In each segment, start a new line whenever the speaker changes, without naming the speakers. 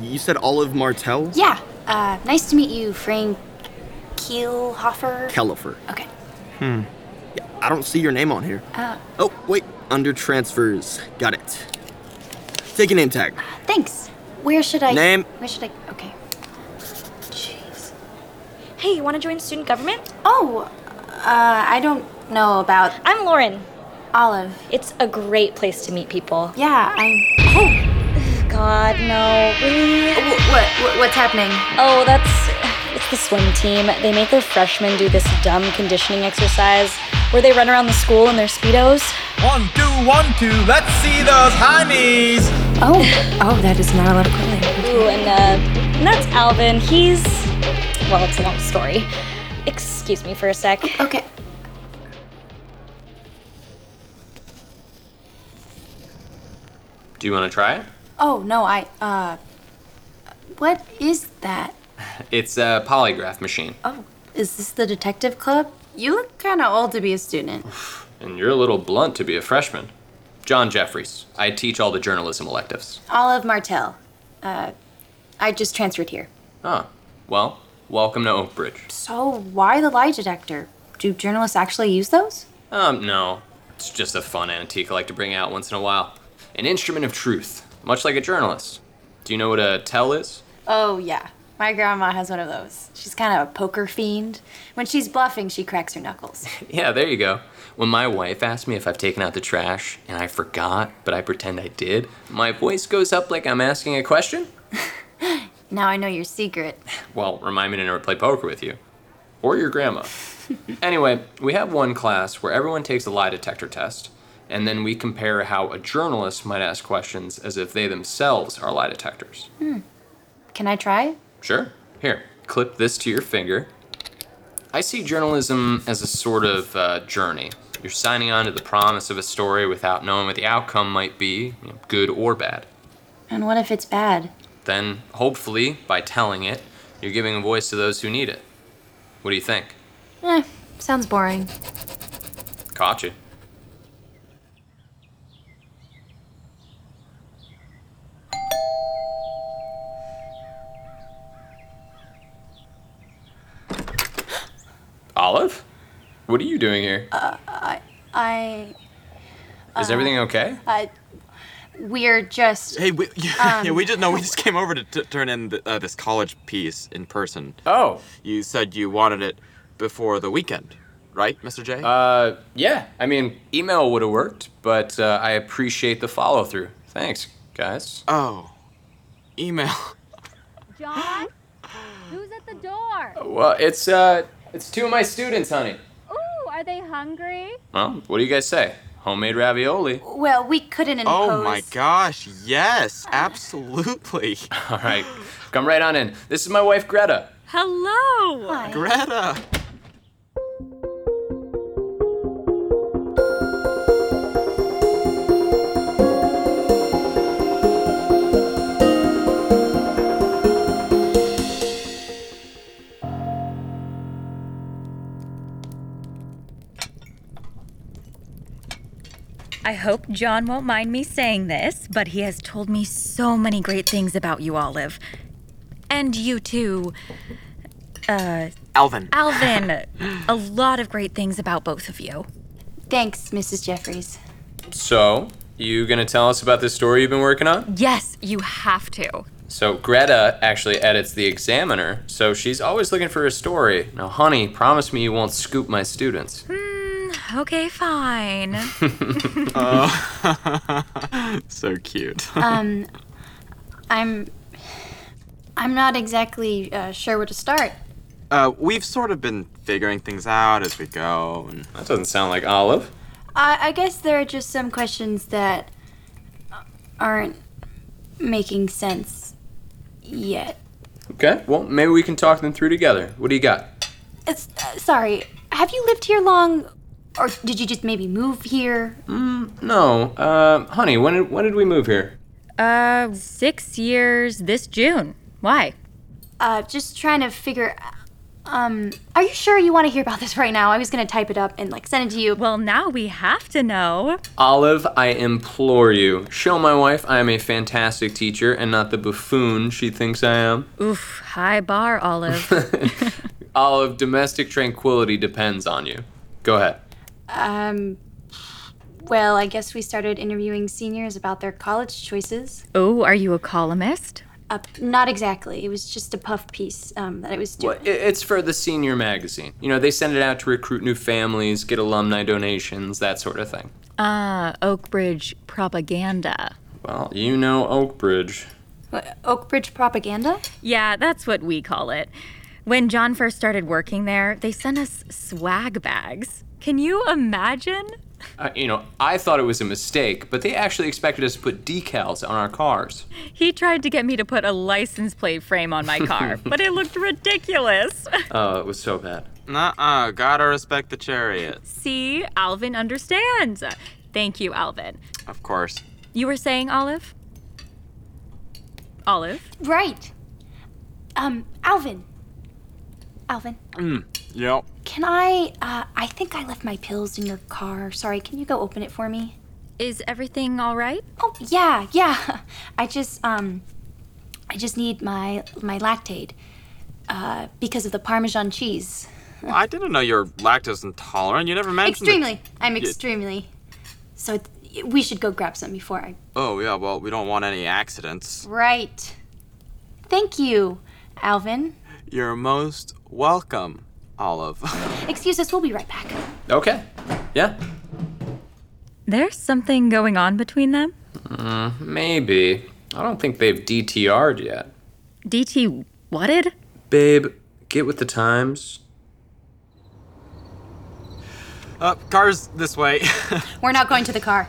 You said Olive Martell?
Yeah, uh, nice to meet you, Frank Kielhofer.
Kellifer.
okay.
Yeah, I don't see your name on here.
Uh,
Oh, wait, under transfers. Got it. Take a name tag.
thanks. Where should I?
Name.
Where should I? Okay. Jeez.
Hey, you want to join student government?
Oh, uh, I don't know about
I'm Lauren.
Olive.
It's a great place to meet people.
Yeah, I'm. Oh,
God, no. Really?
wh- what, what? What's happening?
Oh, that's. It's the swim team. They make their freshmen do this dumb conditioning exercise where they run around the school in their Speedos.
One, two, one, two. Let's see those high knees.
Oh, oh, that is not allowed equivalent.
Ooh, and, uh, and that's Alvin. He's. Well, it's a long story. Excuse me for a sec.
Okay.
Do you want to try it?
Oh no, I. Uh, what is that?
It's a polygraph machine.
Oh, is this the detective club? You look kind of old to be a student.
And you're a little blunt to be a freshman. John Jeffries. I teach all the journalism electives.
Olive Martell. Uh, I just transferred here.
Ah, well, welcome to Oak Bridge.
So why the lie detector? Do journalists actually use those?
Um, no. It's just a fun antique I like to bring out once in a while. An instrument of truth, much like a journalist. Do you know what a tell is?
Oh yeah, my grandma has one of those. She's kind of a poker fiend. When she's bluffing, she cracks her knuckles.
Yeah, there you go. When my wife asks me if I've taken out the trash and I forgot, but I pretend I did, my voice goes up like I'm asking a question.
Now I know your secret.
Well, remind me to never play poker with you. Or your grandma. anyway, we have one class where everyone takes a lie detector test, and then we compare how a journalist might ask questions as if they themselves are lie detectors.
Can I try?
Sure. Here, clip this to your finger. I see journalism as a sort of uh, journey. You're signing on to the promise of a story without knowing what the outcome might be, you know, good or bad.
And what if it's bad?
Then, hopefully, by telling it, you're giving a voice to those who need it. What do you think?
Eh, sounds boring.
Caught you. Olive? What are you doing here? Is
I,
everything okay?
I, we're just.
Hey, we, yeah, yeah, we just no, we just came over to t- turn in th uh, this college piece in person.
Oh,
You said you wanted it before the weekend, right, Mr. J?
uh, yeah. I mean, email would have worked, but uh, I appreciate the follow through. Thanks, guys.
oh, email.
John? Who's at the door?
Well, it's uh, it's two of my students, honey.
Ooh, are they hungry?
Well, what do you guys say? Homemade ravioli.
Well, we couldn't impose.
Oh my gosh, yes, absolutely.
All right, come right on in. This is my wife, Greta.
Hello!
Why?
Greta.
I hope John won't mind me saying this, but he has told me so many great things about you, Olive. And you too,
Alvin.
Alvin. a lot of great things about both of you.
Thanks, Mrs. Jeffries.
So, you gonna tell us about this story you've been working on?
Yes, you have to.
So, Greta actually edits The Examiner, so she's always looking for a story. Now, honey, promise me you won't scoop my students.
Mm, Okay, fine.
so cute.
I'm. I'm not exactly uh, sure where to start.
uh, we've sort of been figuring things out as we go. And
That doesn't sound like Olive.
I, I guess there are just some questions that aren't making sense yet.
Okay, well, maybe we can talk them through together. What do you got?
It's, uh, sorry, have you lived here long? Or did you just maybe move here?
Mm, No, uh, honey, when did, when did we move here?
uh, six years this June. Why?
Uh, just trying to figure Um, are you sure you want to hear about this right now? I was gonna type it up and like send it to you.
Well, now we have to know.
Olive, I implore you, show my wife I am a fantastic teacher and not the buffoon she thinks I am.
Oof, high bar, Olive.
Olive, domestic tranquility depends on you. Go ahead.
Um, well, I guess we started interviewing seniors about their college choices.
oh, are you a columnist?
Uh, not exactly. It was just a puff piece um, that I was doing.
Well, i- It's for the senior magazine. You know, they send it out to recruit new families, get alumni donations, that sort of thing.
Uh, Oakbridge propaganda.
Well, you know Oakbridge.
What, Oakbridge propaganda?
Yeah, that's what we call it. When John first started working there, they sent us swag bags. Can you imagine?
Uh, you know, I thought it was a mistake, but they actually expected us to put decals on our cars.
He tried to get me to put a license plate frame on my car, but it looked ridiculous.
Oh, it was so bad.
Nuh-uh, gotta respect the chariot.
See, Alvin understands. Thank you, Alvin.
Of course.
You were saying, Olive? Olive?
Right. Um, Alvin. Alvin,
Yep.
can I? Uh, I think I left my pills in your car. Sorry, can you go open it for me?
Is everything all right?
Oh yeah, yeah. I just um, I just need my my lactate, uh, because of the Parmesan cheese.
Well, I didn't know you're lactose intolerant. You never mentioned. it.
Extremely. I'm extremely. So it- we should go grab some before I.
Oh yeah. Well, we don't want any accidents.
Right. Thank you, Alvin.
You're most welcome, Olive.
Excuse us. We'll be right back.
Okay. Yeah,
There's something going on between them?
maybe. I don't think they've DTR'd yet.
DT whatted?
Babe, get with the times.
uh, cars this way.
We're not going to the car.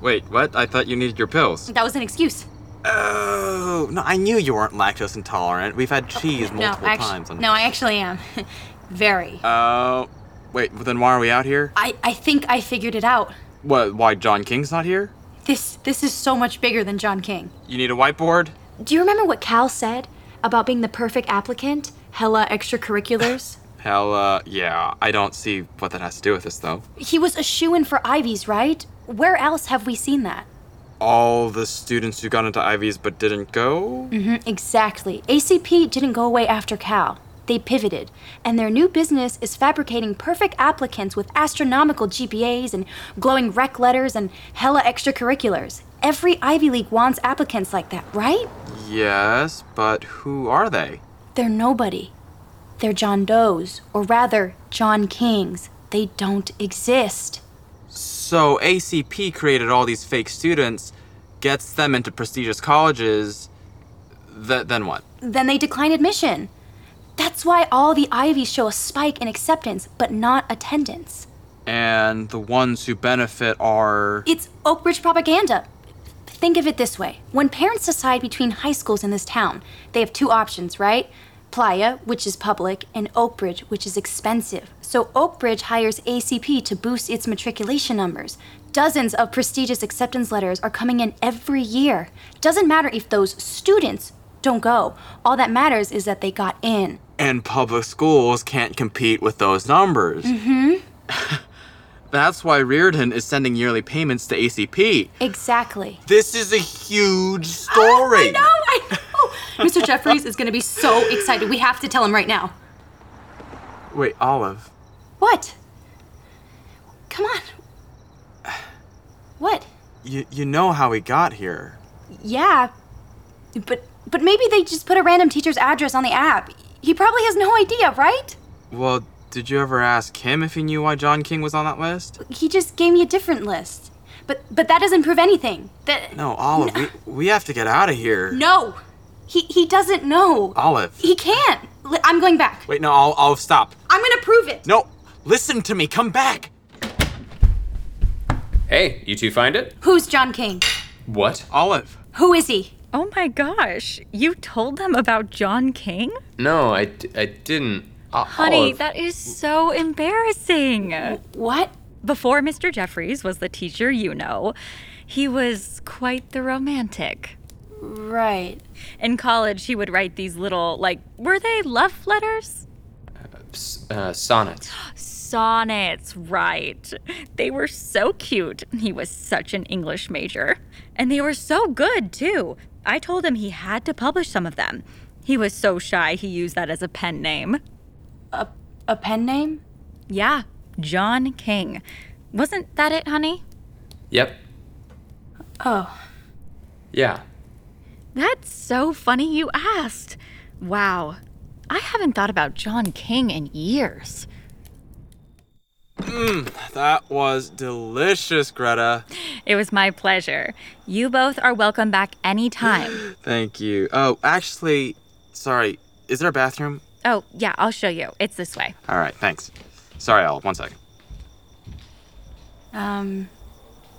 Wait, what? I thought you needed your pills.
That was an excuse.
Oh no, I knew you weren't lactose intolerant. We've had cheese multiple
Oh, no, actu-
times. on-
no, I actually am. Very.
Oh. wait. Well, then why are we out here?
I I think I figured it out.
What? Why John King's not here?
This this is so much bigger than John King.
You need a whiteboard.
Do you remember what Cal said about being the perfect applicant? Hella extracurriculars.
Hell, uh, yeah. I don't see what that has to do with this though.
he was a shoe in for Ivy's, right? Where else have we seen that?
All the students who got into Ivies but didn't go.
Mm. Exactly. ACP didn't go away after Cal. They pivoted, and their new business is fabricating perfect applicants with astronomical GPAs and glowing rec letters and hella extracurriculars. Every Ivy League wants applicants like that, right?
Yes, but who are they?
They're nobody. They're John Doe's, or rather, John King's. They don't exist.
So ACP created all these fake students, gets them into prestigious colleges. Th- then what?
Then they decline admission. That's why all the Ivies show a spike in acceptance, but not attendance.
And the ones who benefit are.
It's Oakbridge propaganda. Think of it this way when parents decide between high schools in this town, they have two options, right? Playa, which is public, and Oakbridge, which is expensive. So Oakbridge hires ACP to boost its matriculation numbers. Dozens of prestigious acceptance letters are coming in every year. Doesn't matter if those students don't go. All that matters is that they got in.
And public schools can't compete with those numbers. Mm-hmm. That's why Reardon is sending yearly payments to ACP.
Exactly.
This is a huge story.
I know. Mr. Jeffries is going to be so excited. We have to tell him right now.
Wait, Olive.
What? Come on. What?
You, you know how we got here.
Yeah. But but maybe they just put a random teacher's address on the app. He probably has no idea, right?
Well, did you ever ask him if he knew why John King was on that list?
He just gave me a different list. But but that doesn't prove anything. That
No, Olive, We, we have to get out of here.
No. He he doesn't know.
Olive.
He can't. Li- I'm going back.
Wait, no, Olive, Olive, stop.
I'm going to prove it.
No, listen to me. Come back.
Hey, you two find it?
Who's John King?
What?
Olive.
Who is he?
Oh my gosh, you told them about John King?
No, I, d- I didn't. Uh, oh, O-
Honey,
Olive,
that is so embarrassing.
What?
Before Mr. Jeffries was the teacher you know, he was quite the romantic.
Right.
In college, he would write these little, like, were they love letters?
s- uh, sonnets.
Sonnets, right. They were so cute. He was such an English major. And they were so good, too. I told him he had to publish some of them. He was so shy, he used that as a pen name.
A pen name?
Yeah, John King. Wasn't that it, honey?
Yep.
Oh,
Yeah.
That's so funny you asked. Wow. I haven't thought about John King in years.
That was delicious, Greta.
It was my pleasure. You both are welcome back anytime.
Thank you. Oh, actually, sorry. Is there a bathroom?
oh, yeah, I'll show you. It's this way.
All right, thanks. Sorry, Al. One second.
um,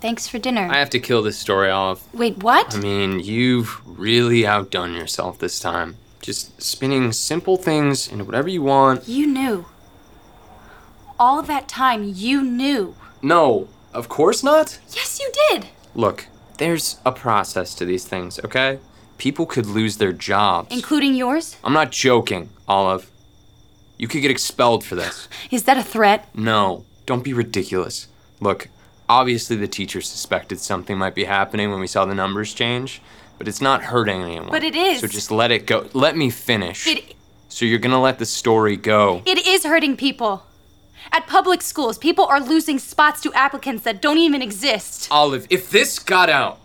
thanks for dinner.
I have to kill this story off.
Wait, what?
I mean, you've really outdone yourself this time. Just spinning simple things into whatever you want.
you knew. All that time, you knew.
No, of course not.
Yes, you did.
Look, there's a process to these things, okay? People could lose their jobs.
Including yours?
I'm not joking, Olive. You could get expelled for this.
Is that a threat?
No, don't be ridiculous. Look, obviously the teacher suspected something might be happening when we saw the numbers change, but it's not hurting anyone.
But it is.
So just let it go. Let me finish.
It,
so you're gonna let the story go.
it is hurting people. At public schools, people are losing spots to applicants that don't even exist.
Olive, if this got out,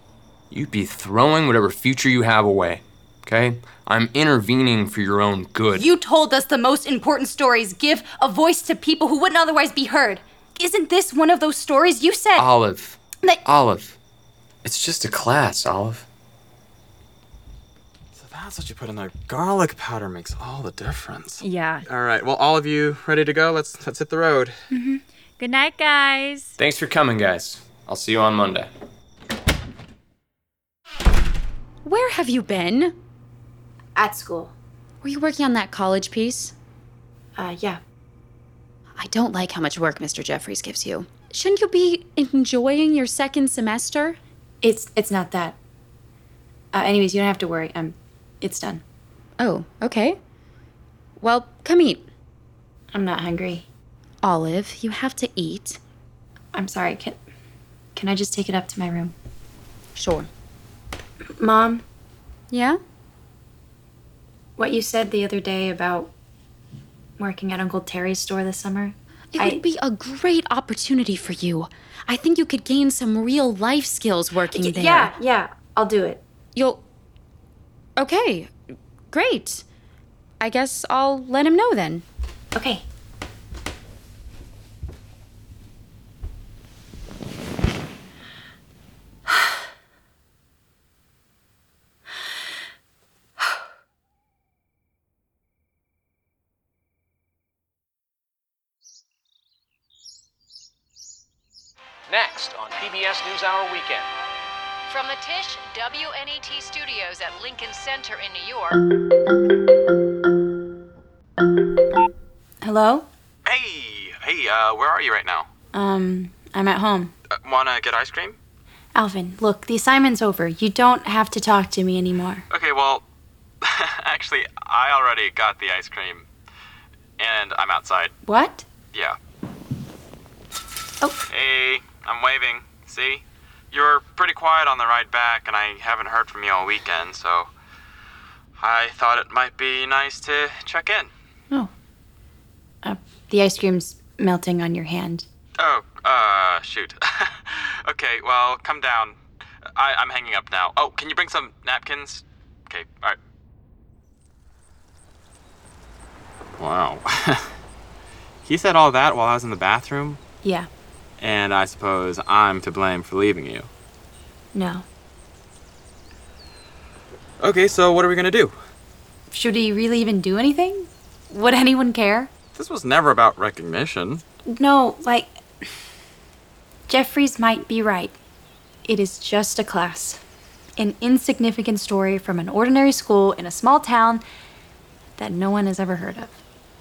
you'd be throwing whatever future you have away. Okay? I'm intervening for your own good.
You told us the most important stories give a voice to people who wouldn't otherwise be heard. Isn't this one of those stories you said?
Uh,
Olive.
But-
Olive. It's just a class, Olive.
So that's what you put in there. Garlic powder makes all the difference.
Yeah.
All right. Well, all of you ready to go? Let's let's hit the road.
Good night, guys.
Thanks for coming, guys. I'll see you on Monday.
Where have you been?
At school.
Were you working on that college piece?
Uh, yeah.
I don't like how much work Mr. Jeffries gives you. Shouldn't you be enjoying your second semester?
It's it's not that. Uh, anyways, you don't have to worry. I'm, it's done.
Oh, okay. Well, come eat.
I'm not hungry.
Olive, you have to eat.
I'm sorry. Can, can I just take it up to my room?
Sure.
Mom,
Yeah?
what you said the other day about working at Uncle Terry's store this summer.
It
I-
would be a great opportunity for you. I think you could gain some real life skills working there.
Yeah, yeah. I'll do it.
You'll. Okay. Great. I guess I'll let him know then.
Okay.
Next on PBS NewsHour Weekend.
From the Tisch WNET studios at Lincoln Center in New York.
Hello.
Hey, hey. Uh, where are you right now?
Um, I'm at home.
Uh, wanna get ice cream?
Alvin, look, the assignment's over. You don't have to talk to me anymore.
Okay. Well, actually, I already got the ice cream, and I'm outside.
What?
Yeah.
Oh.
Hey, I'm waving. See? You were pretty quiet on the ride back, and I haven't heard from you all weekend, so I thought it might be nice to check in.
Uh, the ice cream's melting on your hand.
Oh, uh, shoot. okay, well, come down. I, I'm hanging up now. Oh, can you bring some napkins? Okay, alright. Wow. he said all that while I was in the bathroom,
Yeah.
and I suppose I'm to blame for leaving you.
No.
Okay, so what are we gonna do?
Should he really even do anything? Would anyone care?
This was never about recognition.
No, like. Jeffries might be right. It is just a class. An insignificant story from an ordinary school in a small town that no one has ever heard of.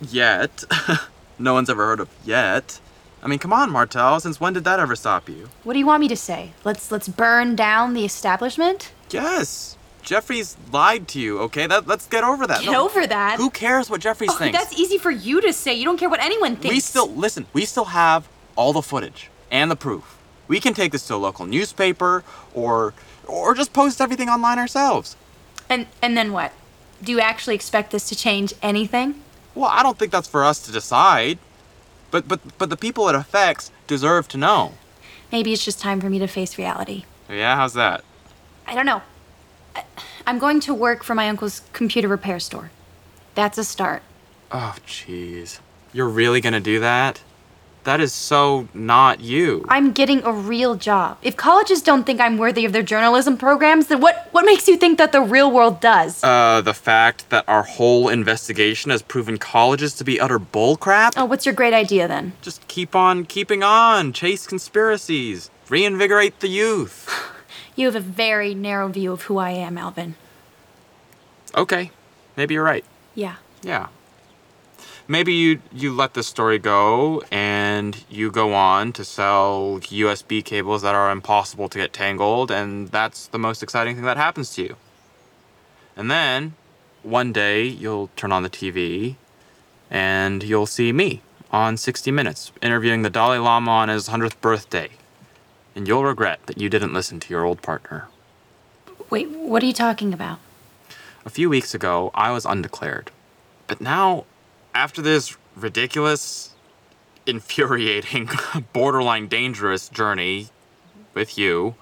Yet. no one's ever heard of yet. I mean, come on, Martel. Since when did that ever stop you?
What do you want me to say? Let's let's burn down the establishment?
Yes. Jeffrey's lied to you, okay? That, let's get over that.
Get over that?
Who cares what Jeffrey
Oh,
thinks?
that's easy for you to say. You don't care what anyone thinks.
We still listen. We still have all the footage and the proof. We can take this to a local newspaper, or or just post everything online ourselves.
And and then what? Do you actually expect this to change anything?
Well, I don't think that's for us to decide. But but but the people it affects deserve to know.
Maybe it's just time for me to face reality.
Yeah, how's that?
I don't know. I- I'm going to work for my uncle's computer repair store. That's a start.
Oh, jeez. You're really gonna do that? That is so not you.
I'm getting a real job. If colleges don't think I'm worthy of their journalism programs, then what, what makes you think that the real world does?
Uh, the fact that our whole investigation has proven colleges to be utter bullcrap?
Oh, what's your great idea then?
Just keep on keeping on, chase conspiracies, reinvigorate the youth.
You have a very narrow view of who I am, Alvin.
Okay, maybe you're right.
Yeah.
Yeah. Maybe you you let this story go and you go on to sell USB cables that are impossible to get tangled and that's the most exciting thing that happens to you. And then one day you'll turn on the TV and you'll see me on 60 Minutes interviewing the Dalai Lama on his 100th birthday. And you'll regret that you didn't listen to your old partner.
Wait, what are you talking about?
A few weeks ago, I was undeclared. But now, after this ridiculous, infuriating, borderline dangerous journey with you,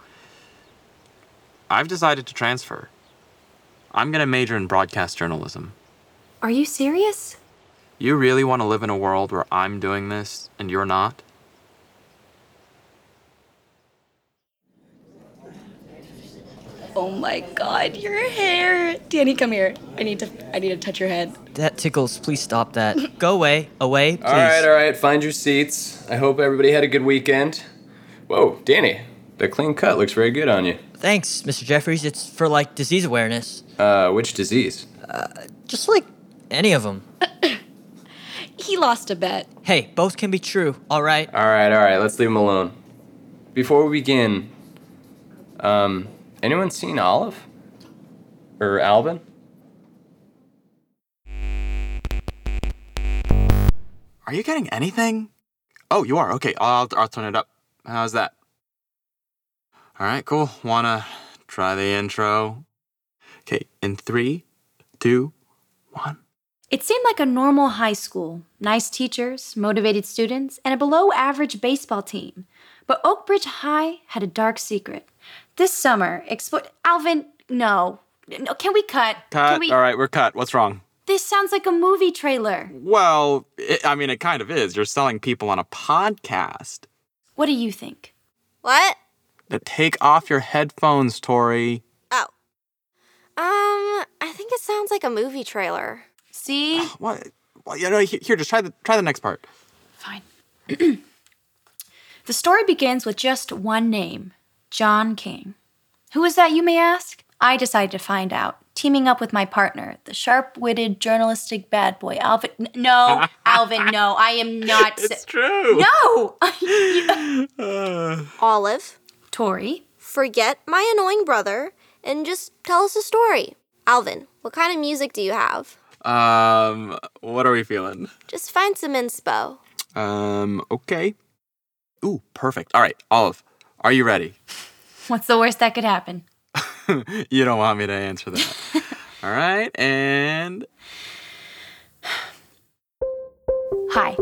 I've decided to transfer. I'm going to major in broadcast journalism.
Are you serious?
You really want to live in a world where I'm doing this and you're not?
Oh my god, your hair. Danny, come here. I need to I need to touch your head.
That tickles. Please stop that. Go away. Away, please.
All right, all right. Find your seats. I hope everybody had a good weekend. Whoa, Danny, that clean cut looks very good on you.
Thanks, Mr. Jeffries. It's for like disease awareness.
Uh, which disease?
Just like any of them.
He lost a bet.
Hey, both can be true. All right.
All right, all right. Let's leave him alone. Before we begin, um, anyone seen Olive or Alvin?
Are you getting anything? Oh, you are. Okay, I'll, I'll turn it up. How's that? All right, cool. Wanna try the intro? Okay, in three, two,
It seemed like a normal high school nice teachers, motivated students, and a below average baseball team. But Oakbridge High had a dark secret. This summer, expo- Alvin, no. no. Can we cut?
cut.
Can we-
All right, we're cut. What's wrong?
This sounds like a movie trailer.
Well, it, I mean, it kind of is. You're selling people on a podcast.
What do you think?
What?
But take off your headphones, Tori.
Um, I think it sounds like a movie trailer.
See?
What? Well, you know, he- here, just try the try the next part.
The story begins with just one name John King. Who is that, you may ask? I decided to find out, teaming up with my partner, the sharp witted journalistic bad boy, Alvin. n- No, Alvin, no, I am not. It's
true.
No!
Olive.
Tori.
Forget my annoying brother and just tell us a story. Alvin, what kind of music do you have?
Um, what are we feeling?
Just find some inspo.
Um, okay. Ooh, perfect. All right, Olive, are you ready?
What's the worst that could happen?
you don't want me to answer that. All right, and
Hi,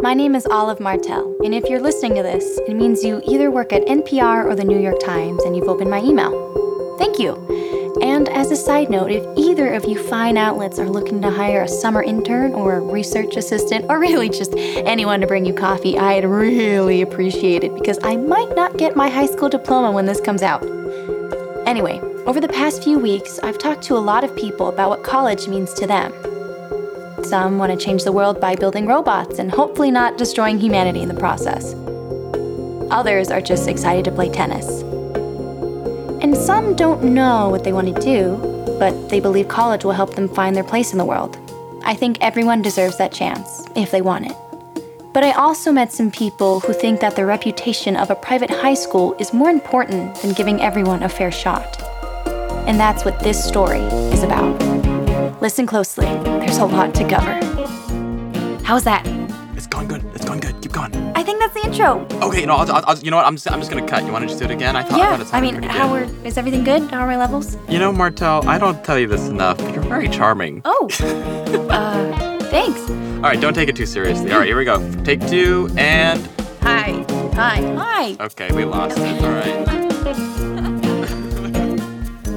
my name is Olive Martel, and if you're listening to this, it means you either work at NPR or the New York Times and you've opened my email. Thank you. And as a side note, if either of you fine outlets are looking to hire a summer intern or a research assistant, or really just anyone to bring you coffee, I'd really appreciate it because I might not get my high school diploma when this comes out. Anyway, over the past few weeks, I've talked to a lot of people about what college means to them. Some want to change the world by building robots and hopefully not destroying humanity in the process. Others are just excited to play tennis. And some don't know what they want to do, but they believe college will help them find their place in the world. I think everyone deserves that chance, if they want it. But I also met some people who think that the reputation of a private high school is more important than giving everyone a fair shot. And that's what this story is about. Listen closely, there's a lot to cover. How's that?
It's gone good. It's gone good. Keep going.
I think that's the intro.
Okay, no, I'll, I'll, I'll- you know what? I'm just, I'm just gonna cut. You want to just do it again? I thought, I, thought
yeah,
it
I
sounded
mean,
pretty
how
good.
are, is everything good? How are my levels?
You know, Martel, I don't tell you this enough. but You're very charming.
Oh, uh, thanks.
All right, don't take it too seriously. All right, here we go. Take two and.
Hi. Hi. Hi.
Okay, we lost it. All right.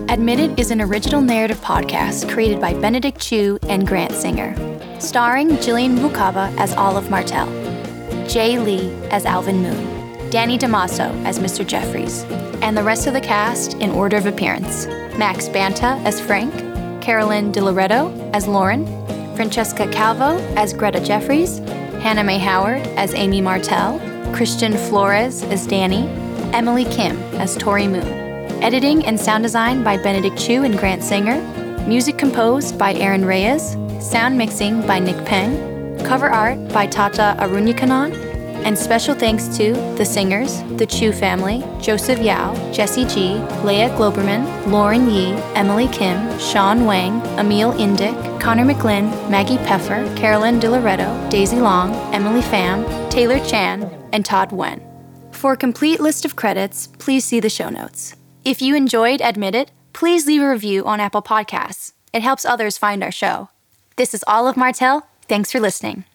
Admitted is an original narrative podcast created by Benedict Chu and Grant Singer, starring Jillian Rukava as Olive Martell, Jay Lee as Alvin Moon, Danny Damaso as Mr. Jeffries, and the rest of the cast in order of appearance Max Banta as Frank, Carolyn DiLoretto as Lauren, Francesca Calvo as Greta Jeffries, Hannah Mae Howard as Amy Martell, Christian Flores as Danny, Emily Kim as Tori Moon. Editing and sound design by Benedict Chu and Grant Singer. Music composed by Aaron Reyes. Sound mixing by Nick Peng. Cover art by Tata Arunyakanan. And special thanks to the singers, the Chu family, Joseph Yao, Jesse G, Leah Globerman, Lauren Yi, Emily Kim, Sean Wang, Emil Indick, Connor McGlynn, Maggie Peffer, Carolyn DiLoretto, Daisy Long, Emily Pham, Taylor Chan, and Todd Wen. For a complete list of credits, please see the show notes. If you enjoyed Admit It, please leave a review on Apple Podcasts. It helps others find our show. This is Olive Martell. Thanks for listening.